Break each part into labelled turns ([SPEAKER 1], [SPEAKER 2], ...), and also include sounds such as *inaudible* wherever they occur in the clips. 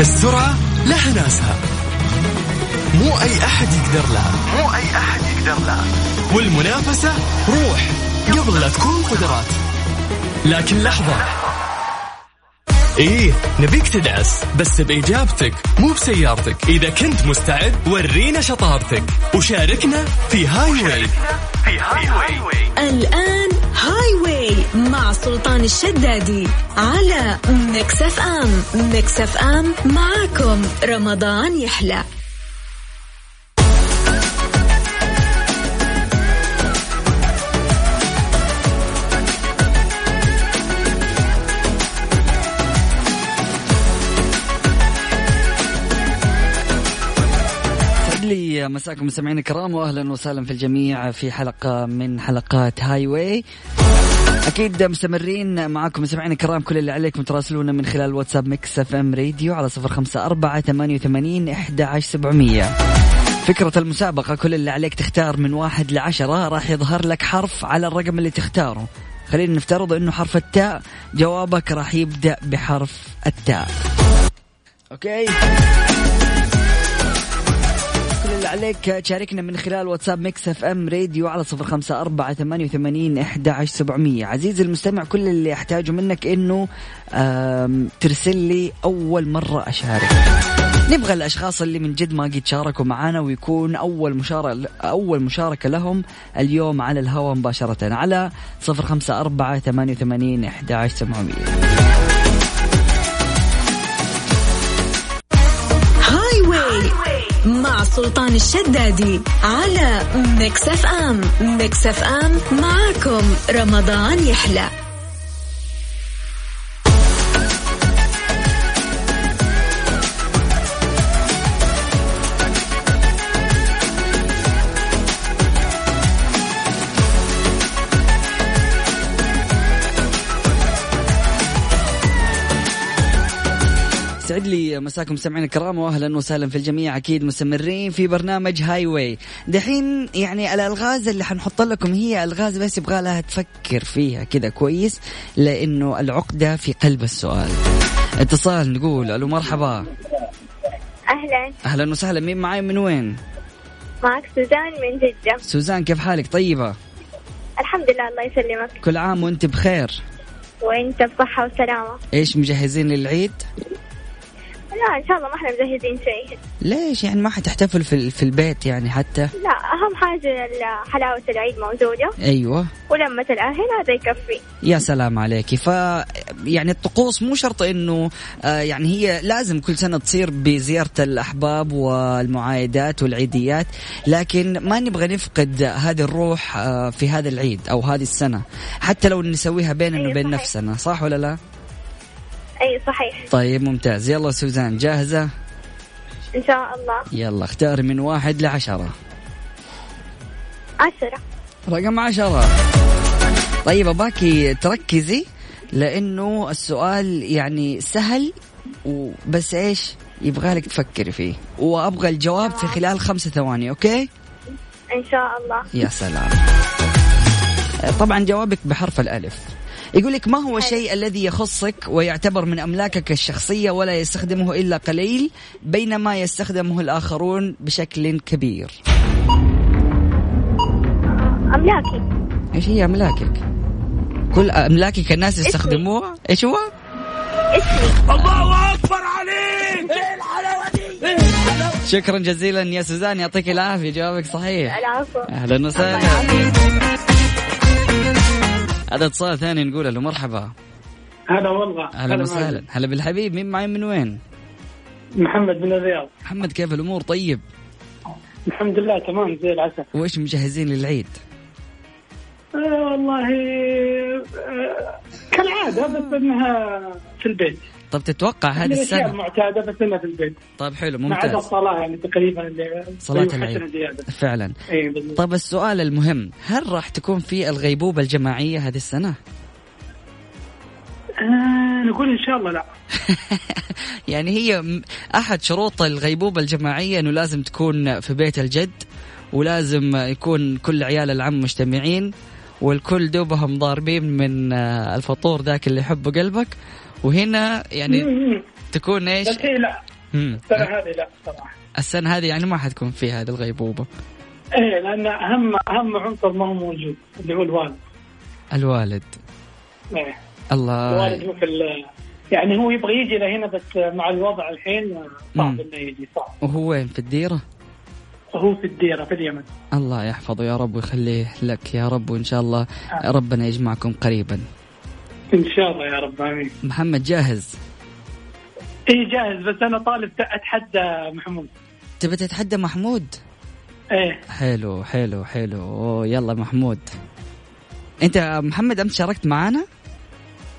[SPEAKER 1] السرعة لها ناسها مو أي أحد يقدر لها مو أي أحد يقدر لها والمنافسة روح قبل لا تكون قدرات لكن لحظة إيه نبيك تدعس بس بإجابتك مو بسيارتك إذا كنت مستعد ورينا شطارتك وشاركنا في هاي واي
[SPEAKER 2] الآن هاي واي مع سلطان الشدادي على ميكس اف ام ميكس اف ام معاكم رمضان يحلى
[SPEAKER 3] يسعد طيب، لي مساكم مستمعينا الكرام واهلا وسهلا في الجميع في حلقه من حلقات هاي واي اكيد مستمرين معاكم مستمعينا الكرام كل اللي عليكم تراسلونا من خلال واتساب ميكس اف ام راديو على صفر خمسه اربعه ثمانيه وثمانين احدى عشر سبعمئه فكرة المسابقة كل اللي عليك تختار من واحد لعشرة راح يظهر لك حرف على الرقم اللي تختاره خلينا نفترض انه حرف التاء جوابك راح يبدأ بحرف التاء اوكي كل اللي عليك تشاركنا من خلال واتساب ميكس اف ام راديو على صفر خمسة أربعة ثمانية وثمانين أحد عشر سبعمية عزيزي المستمع كل اللي أحتاجه منك إنه آم، ترسل لي أول مرة أشارك نبغى الأشخاص اللي من جد ما قد شاركوا معنا ويكون أول مشاركة أول مشاركة لهم اليوم على الهواء مباشرة على صفر خمسة أربعة ثمانية وثمانين أحد عشر سبعمية
[SPEAKER 2] هاي واي مع سلطان الشدادي على ميكس اف ام ميكس اف ام معاكم رمضان يحلى
[SPEAKER 3] سعد لي مساكم مستمعينا الكرام واهلا وسهلا في الجميع اكيد مستمرين في برنامج هاي واي دحين يعني الالغاز اللي حنحط لكم هي الغاز بس يبغى لها تفكر فيها كذا كويس لانه العقده في قلب السؤال اتصال نقول الو مرحبا
[SPEAKER 4] أهلا
[SPEAKER 3] اهلا وسهلا مين معاي من وين
[SPEAKER 4] معك سوزان من جدة
[SPEAKER 3] سوزان كيف حالك طيبه
[SPEAKER 4] الحمد لله الله يسلمك
[SPEAKER 3] كل عام وانت بخير
[SPEAKER 4] وأنت بصحة وسلامة
[SPEAKER 3] ايش مجهزين للعيد
[SPEAKER 4] لا إن شاء الله ما احنا مجهزين شيء
[SPEAKER 3] ليش يعني ما حتحتفل في في البيت يعني حتى
[SPEAKER 4] لا أهم حاجة ال- حلاوة العيد موجودة
[SPEAKER 3] ايوه
[SPEAKER 4] ولمة الأهل هذا يكفي
[SPEAKER 3] يا سلام عليك ف يعني الطقوس مو شرط انه آه، يعني هي لازم كل سنه تصير بزياره الاحباب والمعايدات والعيديات لكن ما نبغى نفقد هذه الروح آه، في هذا العيد او هذه السنه حتى لو نسويها بيننا
[SPEAKER 4] أيوة
[SPEAKER 3] وبين
[SPEAKER 4] صحيح.
[SPEAKER 3] نفسنا صح ولا لا
[SPEAKER 4] أي صحيح
[SPEAKER 3] طيب ممتاز يلا سوزان جاهزه
[SPEAKER 4] إن شاء الله
[SPEAKER 3] يلا اختاري من واحد لعشره
[SPEAKER 4] عشرة
[SPEAKER 3] رقم عشرة طيب أباكي تركزي لأنه السؤال يعني سهل وبس إيش يبغالك تفكري فيه وأبغى الجواب في خلال خمسة ثواني أوكي
[SPEAKER 4] إن شاء الله
[SPEAKER 3] يا سلام طبعا جوابك بحرف الألف يقول لك ما هو الشيء الذي يخصك ويعتبر من أملاكك الشخصية ولا يستخدمه إلا قليل بينما يستخدمه الآخرون بشكل كبير
[SPEAKER 4] أملاكي
[SPEAKER 3] إيش هي أملاكك كل أملاكك الناس يستخدموها إيش هو؟
[SPEAKER 4] اسمي
[SPEAKER 3] شكرا جزيلا يا سوزان يعطيك العافيه جوابك صحيح
[SPEAKER 4] العفو
[SPEAKER 3] اهلا وسهلا هذا اتصال ثاني نقول له مرحبا
[SPEAKER 5] هلا والله
[SPEAKER 3] اهلا
[SPEAKER 5] معك.
[SPEAKER 3] وسهلا هلا بالحبيب مين معي من وين؟
[SPEAKER 5] محمد من الرياض
[SPEAKER 3] محمد كيف الامور طيب؟
[SPEAKER 5] الحمد لله تمام زي العسل
[SPEAKER 3] وايش مجهزين للعيد؟
[SPEAKER 5] آه والله آه كالعاده بس انها في البيت
[SPEAKER 3] طب تتوقع
[SPEAKER 5] من
[SPEAKER 3] هذه
[SPEAKER 5] الاشياء
[SPEAKER 3] السنه؟
[SPEAKER 5] المعتاده بس انها في البيت
[SPEAKER 3] طب حلو
[SPEAKER 5] ما عدا
[SPEAKER 3] ممتاز
[SPEAKER 5] الصلاه يعني تقريبا اللي
[SPEAKER 3] صلاة
[SPEAKER 5] اللي
[SPEAKER 3] العيد.
[SPEAKER 5] أيوة،
[SPEAKER 3] طيب.
[SPEAKER 5] حسنة زياده
[SPEAKER 3] فعلا
[SPEAKER 5] اي بالضبط.
[SPEAKER 3] طب السؤال المهم هل راح تكون في الغيبوبه الجماعيه هذه السنه؟
[SPEAKER 5] آه نقول ان شاء الله لا
[SPEAKER 3] *laughs* يعني هي م- احد شروط الغيبوبه الجماعيه انه لازم تكون في بيت الجد ولازم يكون كل عيال العم مجتمعين والكل دوبهم ضاربين من آه، الفطور ذاك اللي يحبه قلبك وهنا يعني
[SPEAKER 5] مم.
[SPEAKER 3] تكون ايش
[SPEAKER 5] بس هي لا
[SPEAKER 3] مم.
[SPEAKER 5] السنه هذه لا صراحه
[SPEAKER 3] السنة هذه يعني ما حتكون فيها هذه الغيبوبة
[SPEAKER 5] ايه لان اهم اهم عنصر ما هو موجود اللي هو الوالد
[SPEAKER 3] الوالد
[SPEAKER 5] ايه الوالد
[SPEAKER 3] الله
[SPEAKER 5] هو في ال- يعني هو يبغى يجي لهنا بس مع الوضع الحين
[SPEAKER 3] مم.
[SPEAKER 5] صعب انه يجي صعب
[SPEAKER 3] وهو وين في الديرة؟
[SPEAKER 5] هو في الديره في اليمن
[SPEAKER 3] الله يحفظه يا رب ويخليه لك يا رب وإن شاء الله
[SPEAKER 5] آه.
[SPEAKER 3] ربنا يجمعكم قريبا
[SPEAKER 5] ان شاء الله يا رب امين
[SPEAKER 3] محمد جاهز
[SPEAKER 5] ايه جاهز بس انا طالب اتحدى محمود
[SPEAKER 3] تبي تتحدى محمود؟
[SPEAKER 5] ايه
[SPEAKER 3] حلو حلو حلو أوه يلا محمود انت يا محمد امس شاركت معانا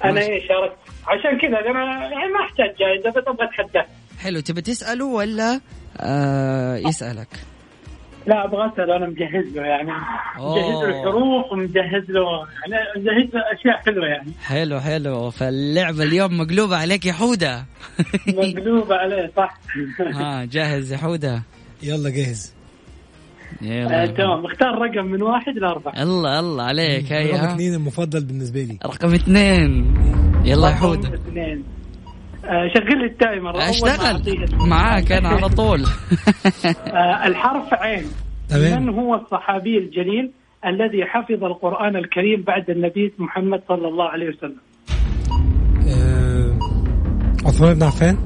[SPEAKER 5] انا
[SPEAKER 3] ماشي.
[SPEAKER 5] ايه شاركت عشان كذا انا يعني ما احتاج جائزه بس ابغى اتحداه
[SPEAKER 3] حلو تبي تساله ولا آه يسالك
[SPEAKER 5] لا ابغى اسال انا مجهز له يعني مجهز
[SPEAKER 3] أوه.
[SPEAKER 5] له حروف ومجهز له يعني مجهز له اشياء حلوه يعني
[SPEAKER 3] *laughs* حلو حلو فاللعبه اليوم مقلوبه عليك يا
[SPEAKER 6] *laughs*
[SPEAKER 3] حوده
[SPEAKER 5] مقلوبه عليه صح
[SPEAKER 3] ها آه، جاهز يا حوده
[SPEAKER 6] يلا
[SPEAKER 5] *laughs*
[SPEAKER 6] جهز
[SPEAKER 5] آه،
[SPEAKER 3] يلا
[SPEAKER 5] تمام اختار رقم من واحد لاربعه
[SPEAKER 3] الله الله عليك هيا
[SPEAKER 6] رقم
[SPEAKER 3] ها.
[SPEAKER 6] اثنين المفضل بالنسبه لي
[SPEAKER 3] رقم اثنين يلا يا حوده
[SPEAKER 5] رقم طيب، اثنين آه، شغل لي التايمر أول ما
[SPEAKER 3] اشتغل
[SPEAKER 5] أعطيه-
[SPEAKER 3] معاك انا على
[SPEAKER 6] *laughs*
[SPEAKER 3] طول
[SPEAKER 5] آه، الحرف عين
[SPEAKER 6] تمام.
[SPEAKER 5] من هو الصحابي الجليل الذي حفظ القرآن الكريم بعد النبي محمد صلى الله عليه وسلم
[SPEAKER 6] آه، عثمان بن عفان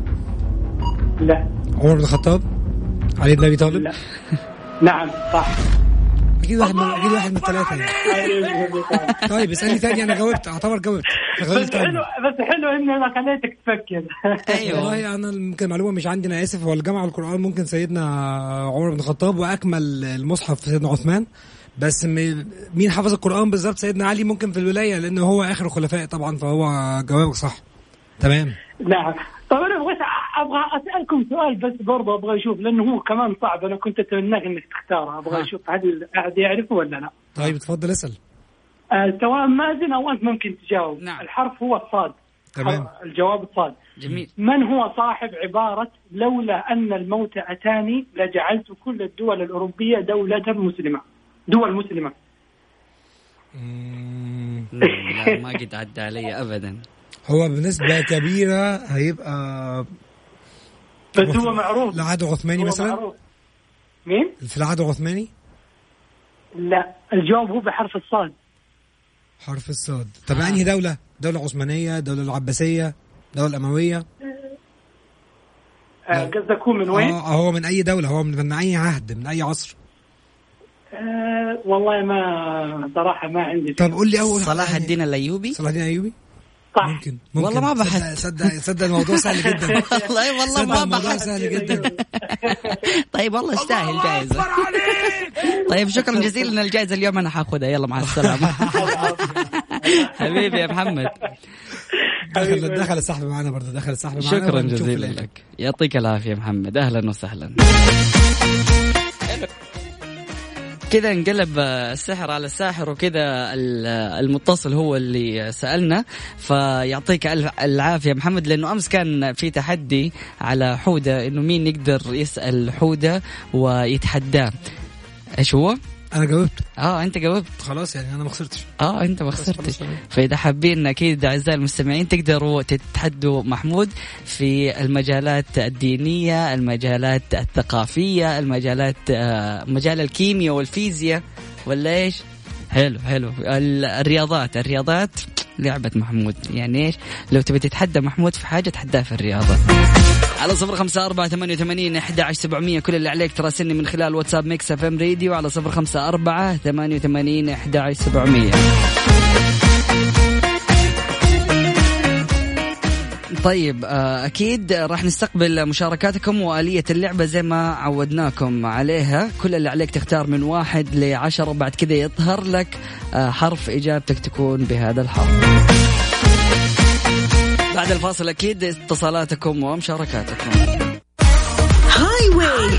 [SPEAKER 5] لا
[SPEAKER 6] عمر بن الخطاب علي بن ابي طالب
[SPEAKER 5] لا. نعم صح
[SPEAKER 6] اكيد واحد من اكيد واحد من الثلاثه يعني. طيب اسالني ثاني انا جاوبت اعتبر جاوبت
[SPEAKER 5] بس
[SPEAKER 6] غلطت
[SPEAKER 5] حلو
[SPEAKER 6] عني.
[SPEAKER 5] بس حلو ان انا خليتك تفكر
[SPEAKER 3] *laughs* ايوه
[SPEAKER 6] أيوه. والله انا ممكن المعلومه مش عندي انا اسف هو الجامعه القران ممكن سيدنا عمر بن الخطاب واكمل المصحف سيدنا عثمان بس م- مين حفظ القران بالظبط سيدنا علي ممكن في الولايه لان هو اخر الخلفاء طبعا فهو جوابك صح تمام
[SPEAKER 5] نعم طب انا بس ابغى اسالكم سؤال بس برضه ابغى اشوف لانه هو كمان صعب انا كنت اتمناك انك تختاره ابغى
[SPEAKER 3] ها.
[SPEAKER 5] اشوف هل احد يعرفه ولا لا
[SPEAKER 6] طيب اتفضل اسال
[SPEAKER 5] آه سواء مازن او انت ممكن تجاوب
[SPEAKER 3] نعم.
[SPEAKER 5] الحرف هو الصاد
[SPEAKER 6] تمام
[SPEAKER 5] حرف- الجواب الصاد
[SPEAKER 3] جميل
[SPEAKER 5] من هو صاحب عبارة لولا أن الموت أتاني لجعلت كل الدول الأوروبية دولة مسلمة دول مسلمة
[SPEAKER 6] مم.
[SPEAKER 3] لا لا، ما قد عدى علي ابدا
[SPEAKER 6] هو بنسبه كبيره هيبقى
[SPEAKER 5] بس هو معروف
[SPEAKER 6] العهد العثماني
[SPEAKER 5] هو
[SPEAKER 6] مثلا
[SPEAKER 5] معروف. مين؟
[SPEAKER 6] في العهد العثماني
[SPEAKER 5] لا الجواب هو بحرف الصاد
[SPEAKER 6] حرف الصاد طب
[SPEAKER 5] آه.
[SPEAKER 6] انهي دوله دوله عثمانيه دوله العباسيه دوله الامويه
[SPEAKER 5] آه، قصدك هو من وين؟
[SPEAKER 6] اه هو من اي دوله هو من, من اي عهد من اي عصر
[SPEAKER 5] آه والله ما صراحة ما عندي
[SPEAKER 6] طب قول لي اول
[SPEAKER 3] صلاح
[SPEAKER 6] يعني-
[SPEAKER 3] الدين الايوبي
[SPEAKER 6] صلاح الدين الايوبي
[SPEAKER 5] صح
[SPEAKER 6] ممكن, ممكن.
[SPEAKER 3] والله ما بحثت.
[SPEAKER 6] صدق- صدق صدق الموضوع سهل
[SPEAKER 5] *laughs*
[SPEAKER 6] جدا
[SPEAKER 3] والله والله
[SPEAKER 6] صدق
[SPEAKER 3] ما
[SPEAKER 6] الموضوع
[SPEAKER 3] بحثت
[SPEAKER 6] سهل جدا
[SPEAKER 3] طيب والله يستاهل جائزة طيب شكرا جزيلا الجائزة اليوم أنا حاخذها يلا مع السلامة حبيبي يا محمد
[SPEAKER 6] دخل دخل السحب معانا برضه دخل السحب معانا
[SPEAKER 3] شكرا
[SPEAKER 6] ونشوف يعني. في
[SPEAKER 3] جزيلا
[SPEAKER 6] الآخر.
[SPEAKER 3] لك يعطيك العافية محمد أهلا وسهلا كذا انقلب السحر على الساحر وكذا ال- المتصل هو اللي سألنا فيعطيك ألف العافية محمد لأنه أمس كان في تحدي على حودة إنه مين يقدر يسأل حودة ويتحداه ايش هو؟
[SPEAKER 6] انا جاوبت
[SPEAKER 3] اه انت جاوبت
[SPEAKER 6] خلاص يعني انا ما خسرتش
[SPEAKER 3] اه انت ما خسرتش فاذا حابين اكيد اعزائي المستمعين تقدروا تتحدوا محمود في المجالات الدينيه، المجالات الثقافيه، المجالات آه، مجال الكيمياء والفيزياء ولا ايش؟ حلو حلو ال- الرياضات الرياضات لعبة محمود يعني ايش لو تبي تتحدى محمود في حاجة تحداه في الرياضة على صفر خمسة أربعة ثمانية وثمانين أحد عشر سبعمية كل اللي عليك تراسلني من خلال واتساب ميكس اف ام راديو على صفر خمسة أربعة ثمانية وثمانين أحد عشر سبعمية طيب آه، اكيد راح نستقبل مشاركاتكم واليه اللعبه زي ما عودناكم عليها كل اللي عليك تختار من واحد لعشرة بعد كذا يظهر لك آه، حرف اجابتك تكون بهذا الحرف بعد الفاصل اكيد اتصالاتكم ومشاركاتكم
[SPEAKER 2] هاي واي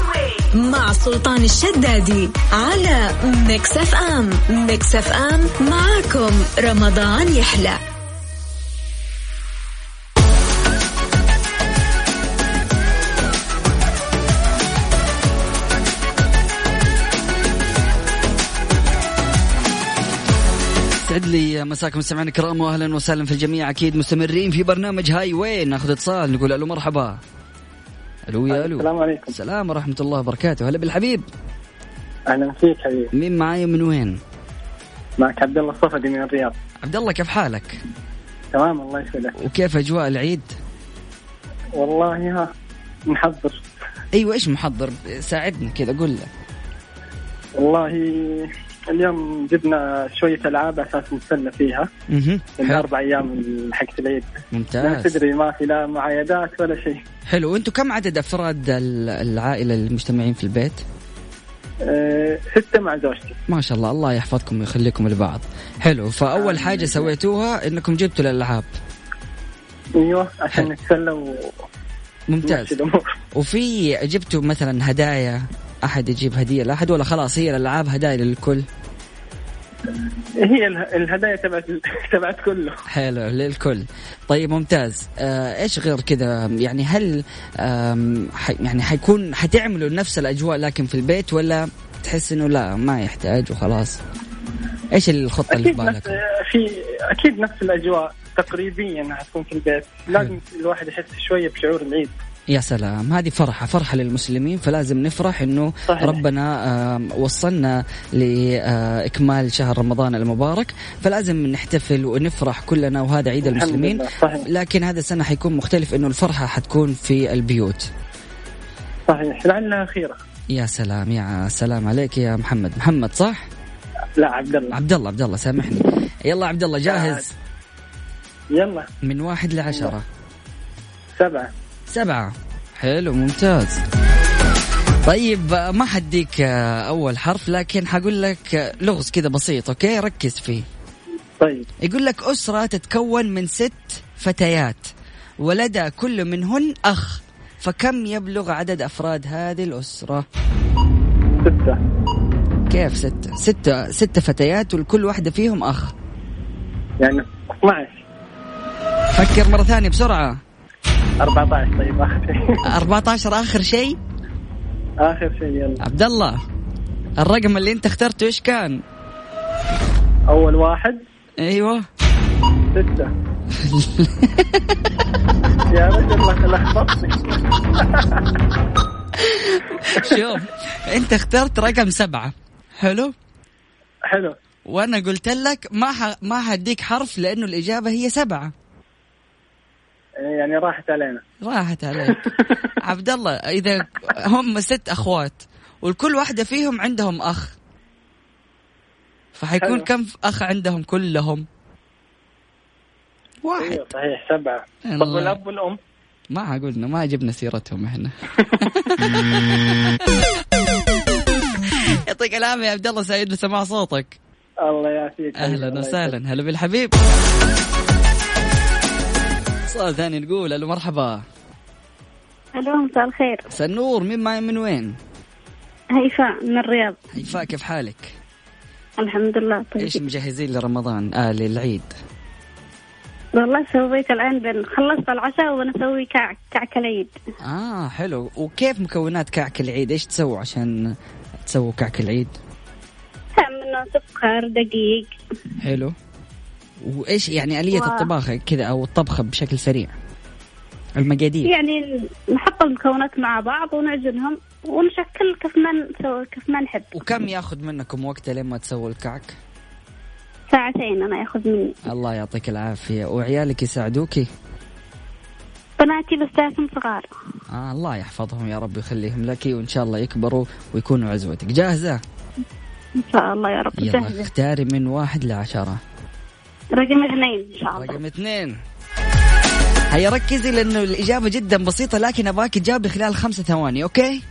[SPEAKER 2] مع سلطان الشدادي على ميكس اف ام ميكس اف ام معاكم رمضان يحلى
[SPEAKER 3] سعد لي مساكم مستمعينا الكرام واهلا وسهلا في الجميع اكيد مستمرين في برنامج هاي وين ناخذ اتصال نقول الو مرحبا الو يا الو
[SPEAKER 5] السلام عليكم
[SPEAKER 3] السلام ورحمه الله وبركاته هلا بالحبيب
[SPEAKER 5] اهلا فيك حبيبي
[SPEAKER 3] مين معاي من وين
[SPEAKER 5] معك عبد الله الصفدي من الرياض
[SPEAKER 3] عبد الله كيف حالك
[SPEAKER 5] تمام الله يسعدك
[SPEAKER 3] وكيف اجواء العيد
[SPEAKER 5] والله ها نحضر
[SPEAKER 3] ايوه ايش محضر ساعدنا كذا قول له
[SPEAKER 5] والله اليوم جبنا شوية ألعاب أساس نتسلى فيها
[SPEAKER 3] مهم. حلو.
[SPEAKER 5] الأربع أيام حقت العيد لا
[SPEAKER 3] ممتاز
[SPEAKER 5] تدري ما في لا معايدات ولا شيء
[SPEAKER 3] حلو وانتم كم عدد افراد ال- العائله المجتمعين في البيت
[SPEAKER 5] أه ستة مع زوجتي
[SPEAKER 3] ما شاء الله الله يحفظكم ويخليكم لبعض حلو فاول حاجه سويتوها انكم جبتوا الالعاب
[SPEAKER 5] أيوه عشان
[SPEAKER 3] حلو.
[SPEAKER 5] نتسلى ونمشي
[SPEAKER 3] ممتاز
[SPEAKER 5] الأمور
[SPEAKER 3] وفي جبتوا مثلا هدايا احد يجيب هديه لاحد ولا خلاص هي الالعاب هدايا للكل
[SPEAKER 5] هي اله- الهدايا تبعت *laughs* تبعت كله
[SPEAKER 3] حلو للكل طيب ممتاز آه ايش غير كذا يعني هل آم، ح- يعني حيكون حتعملوا نفس الاجواء لكن في البيت ولا تحس انه لا ما يحتاج وخلاص ايش الخطه اللي في
[SPEAKER 5] اكيد نفس
[SPEAKER 3] بالك
[SPEAKER 5] في اكيد نفس الاجواء تقريبيا حتكون في البيت لازم الواحد يحس شويه بشعور العيد
[SPEAKER 3] يا سلام هذه فرحة فرحة للمسلمين فلازم نفرح انه
[SPEAKER 5] صحيح.
[SPEAKER 3] ربنا آم، وصلنا لإكمال شهر رمضان المبارك فلازم نحتفل ونفرح كلنا وهذا عيد
[SPEAKER 5] الحمد
[SPEAKER 3] المسلمين
[SPEAKER 5] لله، صحيح.
[SPEAKER 3] لكن هذا السنة حيكون مختلف انه الفرحة حتكون في البيوت
[SPEAKER 5] صحيح لعلها خيره
[SPEAKER 3] يا سلام يا سلام عليك يا محمد محمد صح
[SPEAKER 5] لا عبد الله
[SPEAKER 3] عبد الله عبد الله سامحني يلا عبد الله جاهز
[SPEAKER 5] يلا
[SPEAKER 3] من واحد لعشرة
[SPEAKER 5] سبعه
[SPEAKER 3] سبعة حلو ممتاز طيب آه، ما حديك آه، أول حرف لكن حقول لك آه، لغز كذا بسيط أوكي ركز فيه
[SPEAKER 5] طيب
[SPEAKER 3] يقول لك أسرة تتكون من ست فتيات ولدى كل منهن أخ فكم يبلغ عدد أفراد هذه الأسرة
[SPEAKER 5] سته
[SPEAKER 3] كيف ستة ستة ست فتيات ولكل واحدة فيهم أخ
[SPEAKER 5] يعني 12
[SPEAKER 3] فكر مرة ثانية بسرعة
[SPEAKER 5] 14 طيب اخر شيء *laughs*
[SPEAKER 3] 14 آخر شيء
[SPEAKER 5] اخر شيء يلا
[SPEAKER 3] عبد الله الرقم اللي أنت اخترته إيش كان
[SPEAKER 5] اول واحد
[SPEAKER 3] أيوه *laughs*
[SPEAKER 5] سته يا رجل لخبطتني
[SPEAKER 3] شوف
[SPEAKER 5] *laughs*
[SPEAKER 3] انت اخترت رقم سبعة حلو
[SPEAKER 5] حلو
[SPEAKER 3] وانا قلت لك ما ح... ما حديك حرف لانه الاجابة هي سبعة
[SPEAKER 5] يعني راحت علينا
[SPEAKER 3] راحت
[SPEAKER 5] *laughs*
[SPEAKER 3] عليك عبد الله اذا هم ست اخوات والكل واحدة فيهم عندهم اخ فحيكون
[SPEAKER 5] حلو.
[SPEAKER 3] كم اخ عندهم كلهم واحد
[SPEAKER 5] ايوه صحيح سبعه طب
[SPEAKER 3] الله.
[SPEAKER 5] والاب والام
[SPEAKER 3] ما قلنا ما جبنا سيرتهم احنا يعطيك العافية يا عبد الله سعيد بسماع صوتك
[SPEAKER 5] الله يعافيك
[SPEAKER 3] اهلا
[SPEAKER 5] الله يسعدك.
[SPEAKER 3] وسهلا هلا بالحبيب اتصال ثاني نقول الو مرحبا
[SPEAKER 4] الو مساء الخير
[SPEAKER 3] سنور مين معي من وين؟
[SPEAKER 4] هيفاء من الرياض
[SPEAKER 3] هيفاء كيف حالك؟
[SPEAKER 4] الحمد لله
[SPEAKER 3] ايش
[SPEAKER 4] طيب
[SPEAKER 3] مجهزين لرمضان؟ آه للعيد
[SPEAKER 4] والله سويت الآن بال- خلصت العشاء وأنا أسوي كعك كعك العيد
[SPEAKER 3] اه حلو وكيف مكونات كعك العيد؟ ايش تسووا عشان تسووا كعك العيد؟
[SPEAKER 4] منه سكر دقيق
[SPEAKER 3] حلو وايش يعني آلية
[SPEAKER 4] و-
[SPEAKER 3] الطباخ كذا او الطبخة بشكل سريع؟ المقادير
[SPEAKER 4] يعني نحط المكونات مع بعض ونعجنهم ونشكل كيف ما نسوي كيف ما نحب
[SPEAKER 3] وكم ياخذ منكم وقت لما تسووا الكعك؟
[SPEAKER 4] ساعتين أنا ياخذ مني
[SPEAKER 3] الله يعطيك العافية وعيالك يساعدوكي؟
[SPEAKER 4] بناتي لساتهم صغار
[SPEAKER 3] آه الله يحفظهم يا رب ويخليهم لك وان شاء الله يكبروا ويكونوا عزوتك جاهزه
[SPEAKER 4] إن شاء الله يا رب
[SPEAKER 3] يلا
[SPEAKER 4] سهلة
[SPEAKER 3] اختاري من واحد لعشرة
[SPEAKER 4] رقم اثنين إن شاء الله
[SPEAKER 3] رقم اثنين هيا ركزي لانه الاجابه جدا بسيطه لكن ابغاك تجاوبي خلال خمسة ثواني اوكي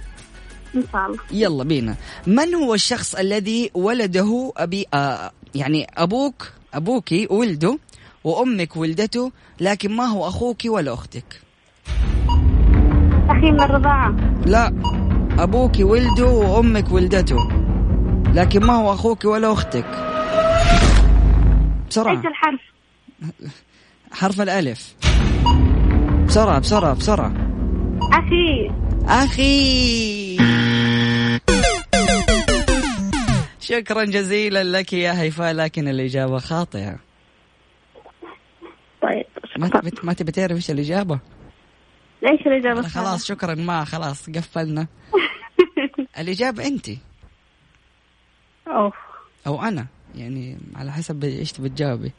[SPEAKER 4] إن شاء الله
[SPEAKER 3] يلا بينا من هو الشخص الذي ولده ابي آه يعني ابوك ابوكي ولده وامك ولدته لكن ما هو اخوك ولا اختك
[SPEAKER 4] أخي من الرضاعة
[SPEAKER 3] لا ابوك ولده وامك ولدته لكن ما هو اخوك ولا اختك بسرعه آه.
[SPEAKER 4] إيش الحرف؟
[SPEAKER 3] حرف الالف بسرعه بسرعه بسرعه
[SPEAKER 4] أخي
[SPEAKER 3] اخي شكرا جزيلا لك يا هيفاء لكن الاجابه خاطئه
[SPEAKER 4] طيب
[SPEAKER 3] ما
[SPEAKER 4] شكرا طيب،
[SPEAKER 3] تبي ما تبي تعرف ايش الاجابه
[SPEAKER 4] ايش الاجابه
[SPEAKER 7] خلاص شكرا ما خلاص قفلنا الإجابة أنت
[SPEAKER 4] اوه
[SPEAKER 7] أو أنا يعني على حسب إيش تبي تجاوبي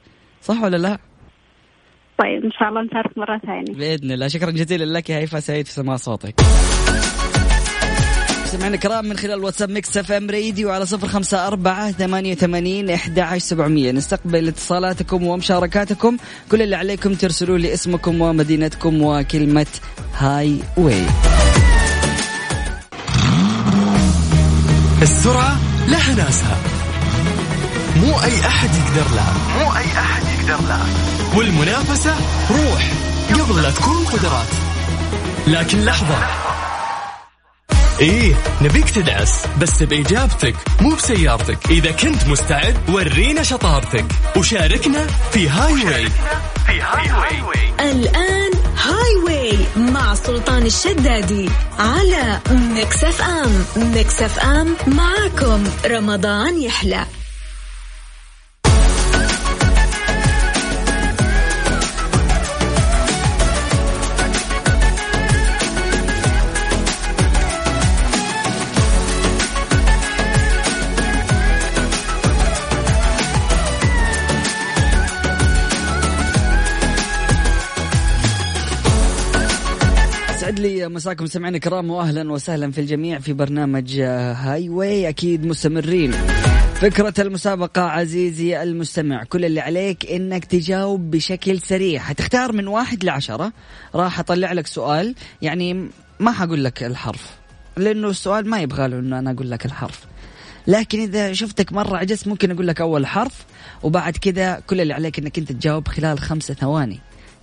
[SPEAKER 7] صح ولا لا؟
[SPEAKER 4] طيب ان شاء الله نتعرف مره ثانيه
[SPEAKER 7] بإذن الله شكرا جزيلا لك يا هيفا سعيد في سماع صوتك سمعنا الكرام من خلال واتساب ميكس اف ام راديو على صفر خمسة أربعة ثمانية وثمانين أحد عشر سبعمية نستقبل اتصالاتكم ومشاركاتكم كل اللي عليكم ترسلوا لي اسمكم ومدينتكم وكلمة هاي واي
[SPEAKER 1] السرعة لها ناسها مو أي أحد يقدر لها مو أي أحد يقدر لها والمنافسة روح قبل لا تكون قدرات لكن لحظة إيه نبيك تدعس بس بإجابتك مو بسيارتك إذا كنت مستعد ورينا شطارتك وشاركنا في هاي واي
[SPEAKER 2] الآن هاي واي مع سلطان الشدادي على ميكس اف ام ميكس اف ام معاكم رمضان يحلى
[SPEAKER 3] سعد لي مساكم سمعنا الكرام واهلا وسهلا في الجميع في برنامج هاي واي اكيد مستمرين فكرة المسابقة عزيزي المستمع كل اللي عليك انك تجاوب بشكل سريع حتختار من واحد لعشرة راح اطلع لك سؤال يعني ما حقول لك الحرف لانه السؤال ما يبغى له انه انا اقول لك الحرف لكن اذا شفتك مرة عجزت ممكن اقول لك اول حرف وبعد كذا كل اللي عليك انك انت تجاوب خلال خمسة ثواني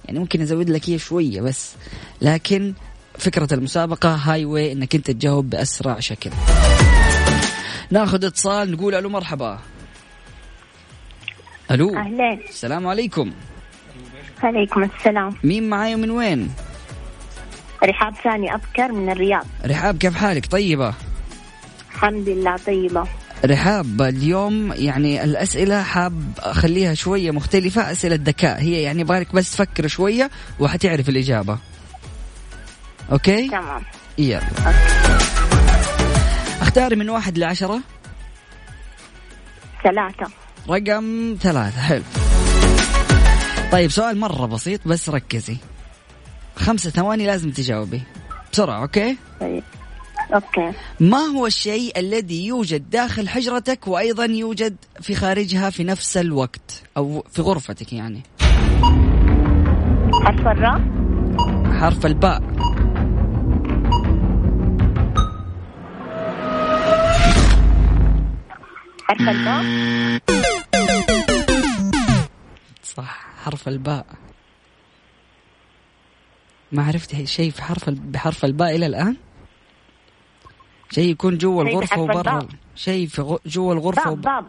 [SPEAKER 3] يعني ممكن ازود لك هي شويه بس لكن فكره المسابقه هاي واي انك انت تجاوب باسرع شكل ناخذ اتصال نقول الو مرحبا الو
[SPEAKER 4] اهلين
[SPEAKER 3] السلام عليكم
[SPEAKER 4] عليكم السلام
[SPEAKER 3] مين معاي من وين
[SPEAKER 4] رحاب ثاني ابكر من الرياض
[SPEAKER 3] رحاب كيف حالك طيبه
[SPEAKER 4] الحمد لله طيبه
[SPEAKER 3] رحاب اليوم يعني الأسئلة حاب أخليها شوية مختلفة أسئلة ذكاء هي يعني بالك بس تفكر شوية وحتعرف الإجابة أوكي
[SPEAKER 4] تمام
[SPEAKER 3] يلا اختاري من واحد لعشرة
[SPEAKER 4] ثلاثه
[SPEAKER 3] رقم ثلاثة حلو طيب سؤال مرة بسيط بس ركزي خمسة ثواني لازم تجاوبي بسرعة أوكي
[SPEAKER 4] طيب اوكي
[SPEAKER 3] ما هو الشيء الذي يوجد داخل حجرتك وأيضا يوجد في خارجها في نفس الوقت أو في غرفتك يعني
[SPEAKER 4] حرف الراء
[SPEAKER 3] حرف الباء
[SPEAKER 4] حرف الباء
[SPEAKER 3] صح حرف الباء ما عرفت شيء في حرف ال- بحرف الباء الى الان شيء يكون جوا
[SPEAKER 4] شيء
[SPEAKER 3] الغرفه
[SPEAKER 4] بحرف
[SPEAKER 3] وبرا
[SPEAKER 4] الباء.
[SPEAKER 3] شيء في غ- جوا الغرفه
[SPEAKER 4] باب
[SPEAKER 3] وب...
[SPEAKER 4] باب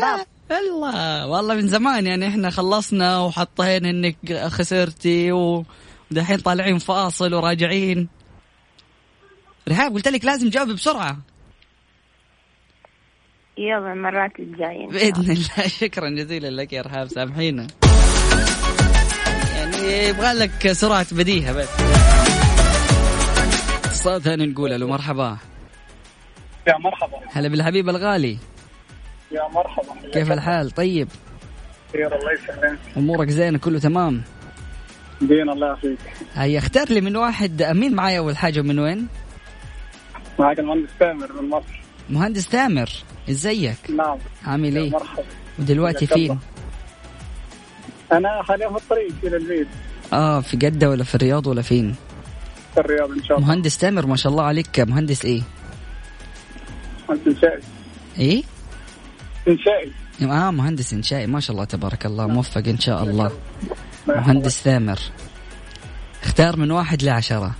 [SPEAKER 3] لا الله والله من زمان يعني احنا خلصنا وحطينا انك خسرتي و- ودحين طالعين فاصل وراجعين رحاب قلت لك لازم تجاوبي بسرعه
[SPEAKER 4] يلا المرات الجايه إن شاء الله.
[SPEAKER 3] باذن الله *laughs* شكرا جزيلا لك يا رحاب سامحينا يعني يبغى لك سرعه بديهه بس اتصال ثاني نقول له مرحبا
[SPEAKER 8] يا مرحبا
[SPEAKER 3] هلا بالحبيب الغالي
[SPEAKER 8] يا مرحبا
[SPEAKER 3] كيف الحال طيب
[SPEAKER 8] خير الله يسلمك
[SPEAKER 3] امورك زينه كله تمام
[SPEAKER 8] دين الله يعافيك
[SPEAKER 3] هيا اختار لي من واحد مين معايا اول حاجه ومن وين
[SPEAKER 8] معك المهندس تامر من مصر
[SPEAKER 3] مهندس تامر ازيك
[SPEAKER 8] نعم
[SPEAKER 3] عامل
[SPEAKER 8] يا
[SPEAKER 3] ايه
[SPEAKER 8] مرحبا
[SPEAKER 3] ودلوقتي فين
[SPEAKER 8] انا حاليا في الطريق الى البيت
[SPEAKER 3] اه في جده ولا في الرياض ولا فين
[SPEAKER 8] في الرياض ان شاء الله
[SPEAKER 3] مهندس تامر ما شاء الله عليك مهندس ايه
[SPEAKER 8] انت انشائي
[SPEAKER 3] ايه
[SPEAKER 8] انشائي
[SPEAKER 3] اه مهندس انشائي ما شاء الله تبارك الله موفق ان شاء الله مهندس ثامر اختار من واحد لعشرة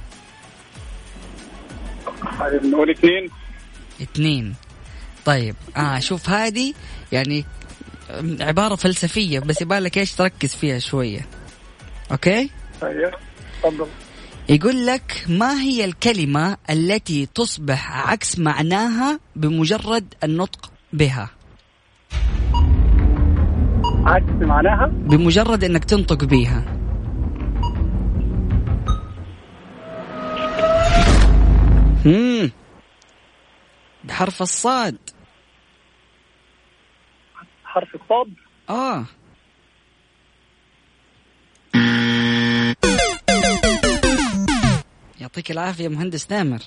[SPEAKER 8] نقول اثنين
[SPEAKER 3] اثنين طيب اه شوف هذه يعني أم، عبارة فلسفية بس يبالك ايش تركز فيها شوية اوكي
[SPEAKER 8] طيب تفضل
[SPEAKER 3] يقول لك ما هي الكلمة التي تصبح عكس معناها بمجرد النطق بها
[SPEAKER 8] عكس معناها
[SPEAKER 3] بمجرد انك تنطق بيها حرف الصاد
[SPEAKER 8] حرف الصاد
[SPEAKER 3] اه يعطيك العافية مهندس تامر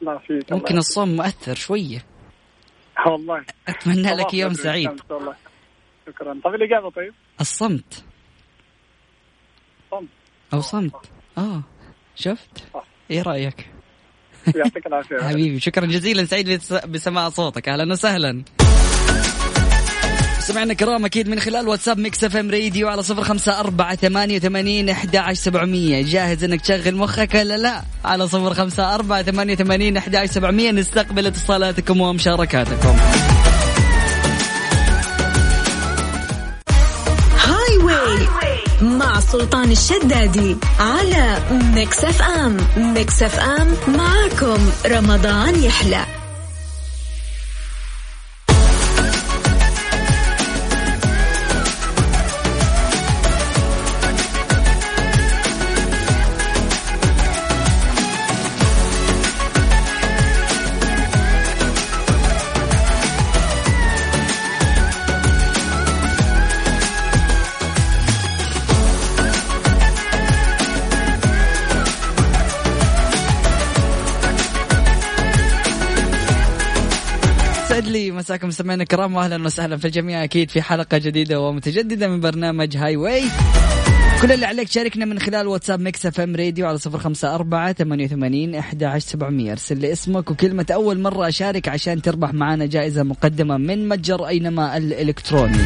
[SPEAKER 8] لا فيك الله
[SPEAKER 3] ممكن الصوم مؤثر شوية
[SPEAKER 8] يعافيك. والله
[SPEAKER 3] أتمنى لك
[SPEAKER 8] الله
[SPEAKER 3] يوم
[SPEAKER 8] يخليك،
[SPEAKER 3] سعيد
[SPEAKER 8] شكراً، والله. شكرا طيب الإجابة طيب
[SPEAKER 3] الصمت
[SPEAKER 8] صمت. آه.
[SPEAKER 3] أو صمت آه شفت
[SPEAKER 8] صح.
[SPEAKER 3] إيه رأيك
[SPEAKER 8] يعطيك العافية
[SPEAKER 3] *laughs* حبيبي شكرا جزيلا سعيد بس- بسماع صوتك اهلا وسهلا سمعنا كرام اكيد من خلال واتساب ميكس اف ام راديو على صفر خمسة أربعة ثمانية وثمانين أحد عشر سبعمية جاهز انك تشغل مخك ولا لا على صفر خمسة أربعة ثمانية وثمانين أحد عشر سبعمية نستقبل اتصالاتكم ومشاركاتكم
[SPEAKER 2] هاي واي مع سلطان الشدادي على ميكس اف ام ميكس اف ام معاكم رمضان يحلى
[SPEAKER 3] سعد لي مساكم مستمعينا الكرام واهلا وسهلا في الجميع اكيد في حلقه جديده ومتجدده من برنامج هاي واي كل اللي عليك شاركنا من خلال واتساب ميكس اف ام راديو على صفر خمسة أربعة ثمانية وثمانين أحد عشر سبعمية ارسل لي اسمك وكلمة أول مرة أشارك عشان تربح معانا جائزة مقدمة من متجر أينما الإلكتروني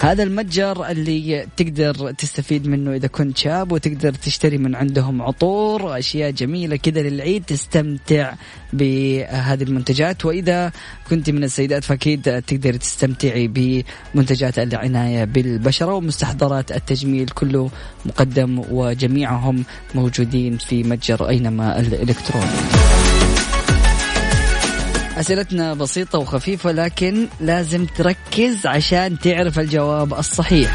[SPEAKER 3] هذا المتجر اللي تقدر تستفيد منه إذا كنت شاب وتقدر تشتري من عندهم عطور وأشياء جميلة كذا للعيد تستمتع بهذه المنتجات وإذا كنت من السيدات فأكيد تقدري تستمتعي بمنتجات العناية بالبشرة ومستحضرات التجميل كله مقدم وجميعهم موجودين في متجر أينما الإلكتروني أسئلتنا بسيطة وخفيفة لكن لازم تركز عشان تعرف الجواب الصحيح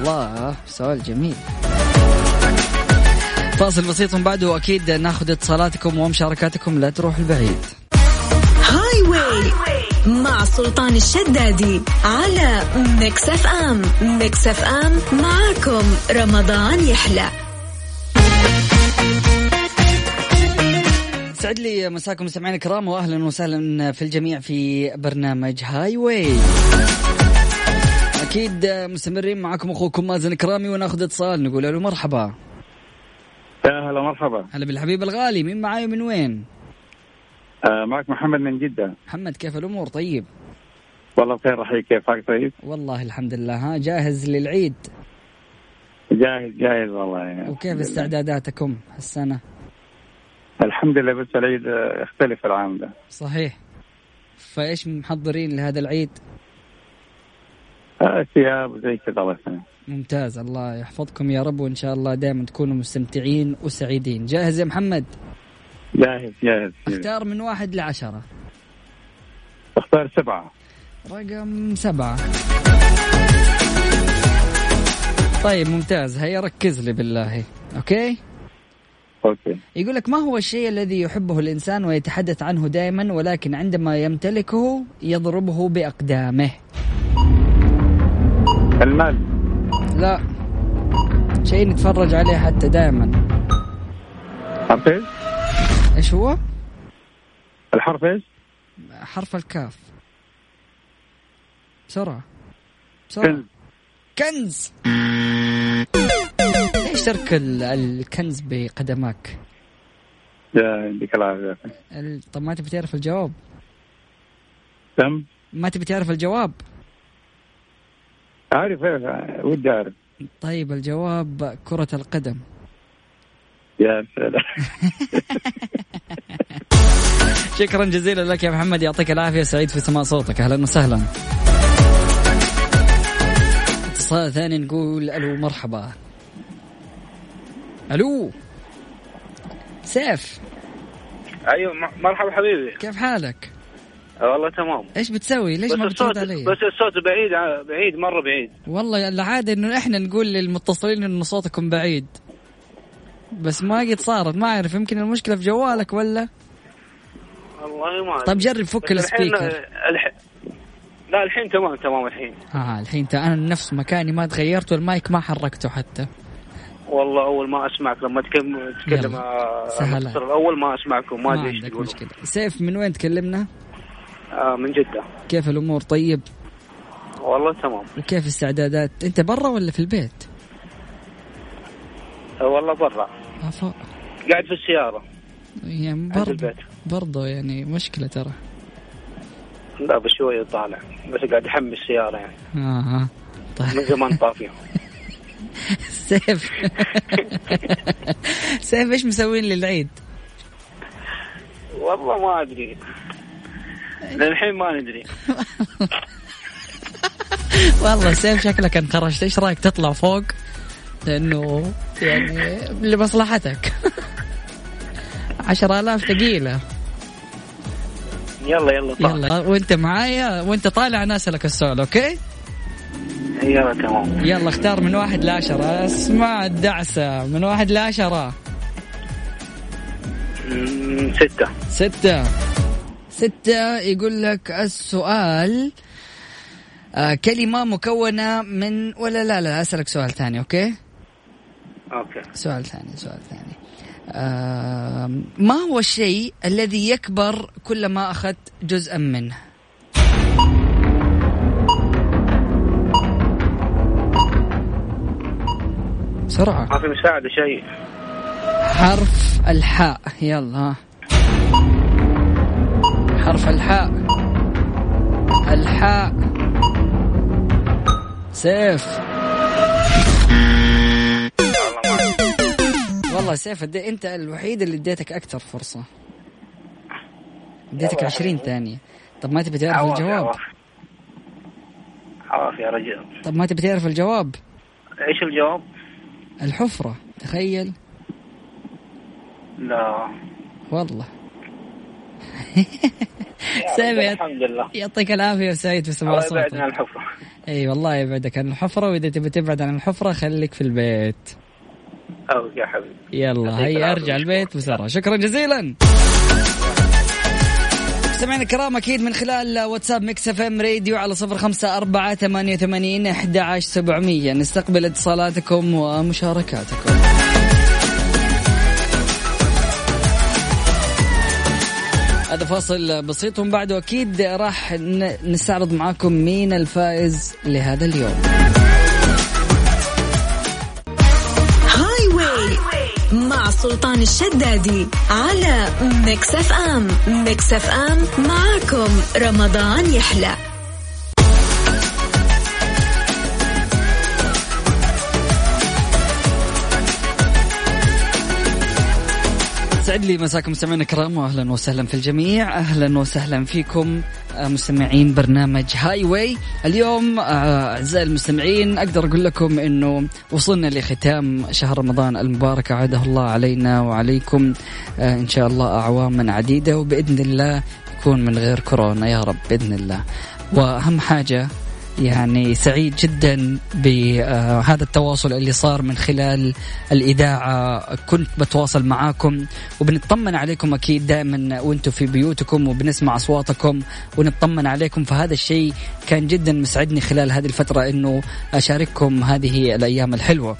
[SPEAKER 3] الله سؤال جميل فاصل بسيط من بعده أكيد ناخذ اتصالاتكم ومشاركاتكم لا تروح البعيد
[SPEAKER 2] هاي واي مع سلطان الشدادي على ميكس اف ام ميكس اف ام معاكم رمضان يحلى
[SPEAKER 3] سعد لي مساكم مستمعينا الكرام واهلا وسهلا في الجميع في برنامج هاي واي اكيد مستمرين معكم اخوكم مازن كرامي وناخذ اتصال نقول له مرحبا
[SPEAKER 8] يا هلا مرحبا
[SPEAKER 3] هلا بالحبيب الغالي مين معاي من وين
[SPEAKER 8] آه، معك محمد من جدة
[SPEAKER 3] محمد كيف الامور طيب
[SPEAKER 8] والله بخير رحيل كيفك طيب
[SPEAKER 3] والله الحمد لله ها جاهز للعيد
[SPEAKER 8] جاهز جاهز والله
[SPEAKER 3] وكيف استعداداتكم السنه
[SPEAKER 8] الحمد لله بس العيد آه، يختلف العام ده
[SPEAKER 3] صحيح فايش محضرين لهذا العيد
[SPEAKER 8] آه، ثياب وزي كذا الله يسلمك
[SPEAKER 3] ممتاز الله يحفظكم يا رب وان شاء الله دائما تكونوا مستمتعين وسعيدين جاهز يا محمد
[SPEAKER 8] جاهز جاهز
[SPEAKER 3] اختار من واحد لعشره
[SPEAKER 8] اختار سبعة
[SPEAKER 3] رقم سبعة طيب ممتاز هيا ركز لي بالله أوكي
[SPEAKER 8] اوكي
[SPEAKER 3] يقول لك ما هو الشيء الذي يحبه الإنسان ويتحدث عنه دائما ولكن عندما يمتلكه يضربه بأقدامه
[SPEAKER 8] المال
[SPEAKER 3] لا شيء نتفرج عليه حتى دائما
[SPEAKER 8] عرفت إيش؟
[SPEAKER 3] إيش هو
[SPEAKER 8] الحرف ايش؟
[SPEAKER 3] حرف الكاف بسرعة بسرعة
[SPEAKER 8] كنز
[SPEAKER 3] كنز ليش ترك ال- الكنز بقدمك
[SPEAKER 8] يا يديك العافية يا أخي.
[SPEAKER 3] ال- طب ما تبي تعرف الجواب
[SPEAKER 8] تم
[SPEAKER 3] ما تبي تعرف الجواب
[SPEAKER 8] عارف عارف. ودي اعرف
[SPEAKER 3] طيب الجواب كرة القدم
[SPEAKER 8] يا سلام
[SPEAKER 3] *laughs* شكرا جزيلا لك يا محمد يعطيك العافية سعيد في سماع صوتك أهلا وسهلا اتصال ثاني نقول ألو مرحبا ألو سيف
[SPEAKER 9] ايوه م- مرحبا حبيبي أه،
[SPEAKER 3] كيف حالك؟
[SPEAKER 9] والله تمام
[SPEAKER 3] ايش بتسوي؟ ليش
[SPEAKER 9] بس
[SPEAKER 3] ما بترد
[SPEAKER 9] الصوت
[SPEAKER 3] علي؟
[SPEAKER 9] بس الصوت بعيد ع- بعيد مره بعيد
[SPEAKER 3] والله العادة انه احنا نقول للمتصلين انه صوتكم بعيد بس ما قد صارت ما اعرف يمكن المشكله في جوالك ولا
[SPEAKER 9] والله ما أدري.
[SPEAKER 3] طب طيب جرب فك
[SPEAKER 9] بس طيب الحين-
[SPEAKER 3] السبيكر.
[SPEAKER 9] الحين لا الحين تمام تمام الحين
[SPEAKER 3] اه الحين تا- انا نفس مكاني ما تغيرت والمايك ما حركته حتى
[SPEAKER 9] والله اول ما اسمعك لما تكلم تكلم
[SPEAKER 3] يلا.
[SPEAKER 9] آه،
[SPEAKER 3] سهلا.
[SPEAKER 9] المتصل الاول ما اسمعكم ما
[SPEAKER 3] ما
[SPEAKER 9] ادري ايش
[SPEAKER 3] عندك
[SPEAKER 9] تقولوا
[SPEAKER 3] مشكله سيف من وين تكلمنا
[SPEAKER 9] آه، من جده
[SPEAKER 3] كيف الامور طيب
[SPEAKER 9] والله تمام
[SPEAKER 3] وكيف استعدادات انت برا ولا في البيت
[SPEAKER 9] آه، والله برا
[SPEAKER 3] آه، ف-
[SPEAKER 9] قاعد في السياره
[SPEAKER 3] يعني
[SPEAKER 9] عند
[SPEAKER 3] برضه
[SPEAKER 9] البيت
[SPEAKER 3] برضه يعني مشكله ترى
[SPEAKER 9] لا بشويه طالع بس قاعد احمي السياره يعني
[SPEAKER 3] اها طيب
[SPEAKER 9] من زمان طافيه *laughs*
[SPEAKER 3] سيف سيف ايش مسوين للعيد؟
[SPEAKER 9] والله ما ادري للحين ما ندري
[SPEAKER 3] والله سيف شكلك انخرجت ايش رايك تطلع فوق؟ لانه يعني لمصلحتك *laughs* عشرة آلاف ثقيلة
[SPEAKER 9] يلا يلا طالع
[SPEAKER 3] يلا وانت معايا وانت طالع انا اسألك السؤال اوكي
[SPEAKER 9] يلا تمام
[SPEAKER 3] يلا اختار من واحد لعشرة اسمع الدعسة من واحد لعشرة
[SPEAKER 9] مم، ستة
[SPEAKER 3] ستة ستة يقول لك السؤال آه كلمة مكونة من ولا لا لا أسألك سؤال ثاني أوكي
[SPEAKER 9] اوكي
[SPEAKER 3] سؤال ثاني سؤال ثاني آه ما هو الشيء الذي يكبر كلما أخذت جزءا منه بسرعة
[SPEAKER 9] ما في مساعدة شيء
[SPEAKER 3] حرف الحاء يلا ها. حرف الحاء الحاء سيف والله سيف ادي انت الوحيد اللي اديتك اكثر فرصه اديتك 20 ثانيه طب ما تبي تعرف
[SPEAKER 9] عواف
[SPEAKER 3] الجواب
[SPEAKER 9] عواف. عواف يا رجل
[SPEAKER 3] طب ما تبي تعرف الجواب
[SPEAKER 9] ايش الجواب؟
[SPEAKER 3] الحفره تخيل
[SPEAKER 9] لا
[SPEAKER 3] والله *laughs*
[SPEAKER 9] يا
[SPEAKER 3] سامع.
[SPEAKER 9] رجل، الحمد لله
[SPEAKER 3] يعطيك العافيه يا سعيد في سماع
[SPEAKER 9] الله يبعدنا
[SPEAKER 3] صوتك
[SPEAKER 9] عن الحفرة
[SPEAKER 3] اي والله يبعدك عن الحفره واذا تبي تبعد عن الحفره خليك في البيت
[SPEAKER 9] اوكي يا حبيبي
[SPEAKER 3] يلا
[SPEAKER 9] يعطيك
[SPEAKER 3] هيا
[SPEAKER 9] العافية.
[SPEAKER 3] ارجع البيت بسرعه شكرا جزيلا سمعنا الكرام اكيد من خلال واتساب ميكس اف ام راديو على صفر خمسة أربعة ثمانية وثمانين أحد عشر سبعمية نستقبل اتصالاتكم ومشاركاتكم هذا فاصل بسيط ومن بعده اكيد راح ن- نستعرض معاكم مين الفائز لهذا اليوم
[SPEAKER 2] هاي واي مع سلطان الشدادي على ميكس اف ام ميكس اف ام معاكم رمضان يحلى
[SPEAKER 3] سعد لي مساكم مستمعينا الكرام واهلا وسهلا في الجميع اهلا وسهلا فيكم آه، مستمعين برنامج هاي واي اليوم آه، اعزائي المستمعين اقدر اقول لكم انه وصلنا لختام شهر رمضان المبارك اعاده الله علينا وعليكم آه، ان شاء الله اعواما عديده وباذن الله يكون من غير كورونا يا رب باذن الله واهم حاجه يعني سعيد جدا بهذا التواصل اللي صار من خلال الإذاعة كنت بتواصل معاكم وبنطمن عليكم أكيد دائما وانتم في بيوتكم وبنسمع أصواتكم ونطمن عليكم فهذا الشيء كان جدا مسعدني خلال هذه الفترة أنه أشارككم هذه الأيام الحلوة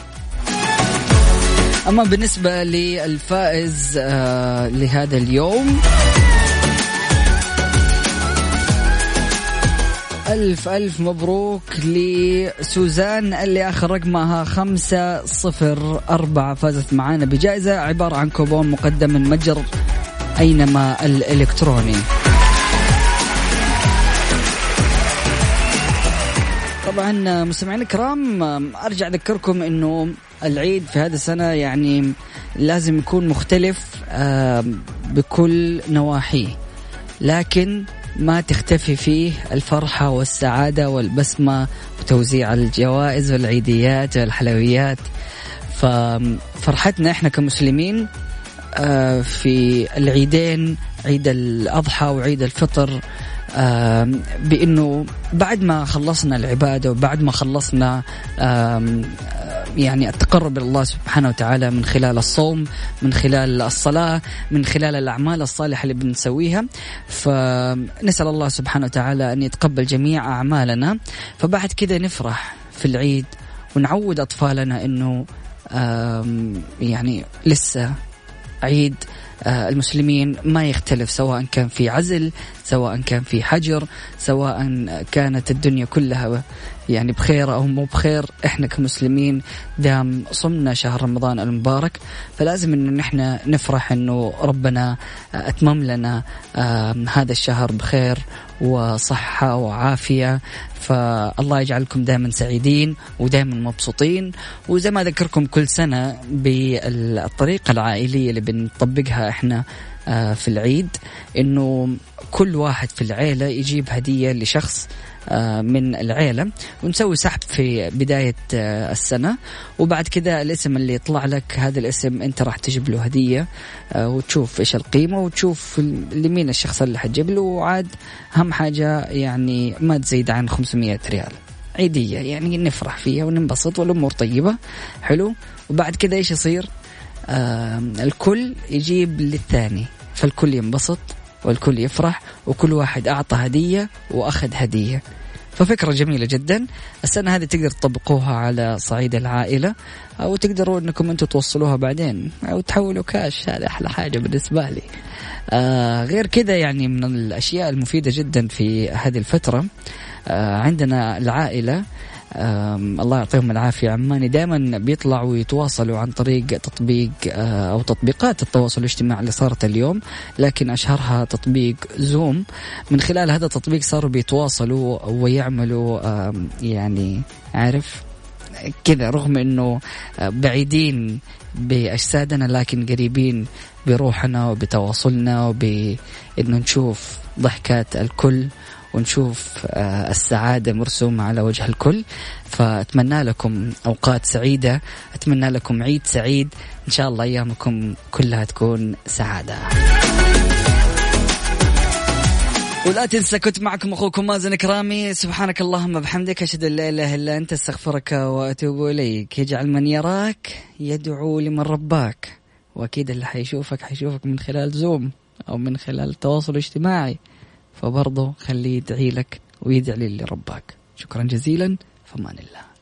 [SPEAKER 3] أما بالنسبة للفائز آه، لهذا اليوم ألف ألف مبروك لسوزان اللي آخر رقمها خمسة صفر أربعة فازت معانا بجائزة عبارة عن كوبون مقدم من متجر أينما الإلكتروني طبعا مستمعينا الكرام ارجع اذكركم انه العيد في هذه السنه يعني لازم يكون مختلف آم، بكل نواحيه لكن ما تختفي فيه الفرحة والسعادة والبسمة وتوزيع الجوائز والعيديات والحلويات ففرحتنا احنا كمسلمين آه، في العيدين عيد الأضحى وعيد الفطر آه، آم، بأنه بعد ما خلصنا العبادة وبعد ما خلصنا آم، يعني التقرب الى الله سبحانه وتعالى من خلال الصوم من خلال الصلاه من خلال الاعمال الصالحه اللي بنسويها فنسال الله سبحانه وتعالى ان يتقبل جميع اعمالنا فبعد كذا نفرح في العيد ونعود اطفالنا انه آم، يعني لسه عيد آه، المسلمين ما يختلف سواء كان في عزل سواء كان في حجر سواء كانت الدنيا كلها يعني بخير او مو بخير احنا كمسلمين دام صمنا شهر رمضان المبارك فلازم انه نحن نفرح انه ربنا آه، اتمم لنا آه، هذا الشهر بخير وصحة وعافية فالله يجعلكم دائما سعيدين ودائما مبسوطين وزي ما أذكركم كل سنة بالطريقة العائلية اللي بنطبقها إحنا آه، في العيد إنه كل واحد في العيلة يجيب هدية لشخص آه، من العيلة ونسوي سحب في بداية آه، السنة وبعد كذا الاسم اللي يطلع لك هذا الاسم انت راح تجيب له هدية آه، وتشوف ايش القيمة وتشوف ال- لمين الشخص اللي حتجيب له وعاد اهم حاجة يعني ما تزيد عن 500 ريال عيدية يعني نفرح فيها وننبسط والامور طيبة حلو وبعد كذا ايش يصير؟ آه الكل يجيب للثاني فالكل ينبسط والكل يفرح وكل واحد اعطى هدية واخذ هدية ففكرة جميلة جدا السنة هذه تقدر تطبقوها على صعيد العائلة أو تقدروا أنكم أنتم توصلوها بعدين أو تحولوا كاش هذا أحلى حاجة بالنسبة لي آه غير كذا يعني من الأشياء المفيدة جدا في هذه الفترة آه عندنا العائلة آم، الله يعطيهم العافية عماني دائما بيطلعوا يتواصلوا عن طريق تطبيق آه، أو تطبيقات التواصل الاجتماعي اللي صارت اليوم لكن أشهرها تطبيق زوم من خلال هذا التطبيق صاروا بيتواصلوا ويعملوا آم، يعني عارف كذا رغم انه بعيدين باجسادنا لكن قريبين بروحنا وبتواصلنا وب انه نشوف ضحكات الكل ونشوف آه، السعاده مرسومه على وجه الكل فاتمنى لكم اوقات سعيده اتمنى لكم عيد سعيد ان شاء الله ايامكم كلها تكون سعاده ولا تنسى كنت معكم اخوكم مازن كرامي سبحانك اللهم بحمدك اشهد ان لا اله الا انت استغفرك واتوب اليك يجعل من يراك يدعو لمن رباك واكيد اللي حيشوفك حيشوفك من خلال زوم او من خلال تواصل اجتماعي فبرضه خليه يدعي لك ويدعي للي رباك شكرا جزيلا فمان الله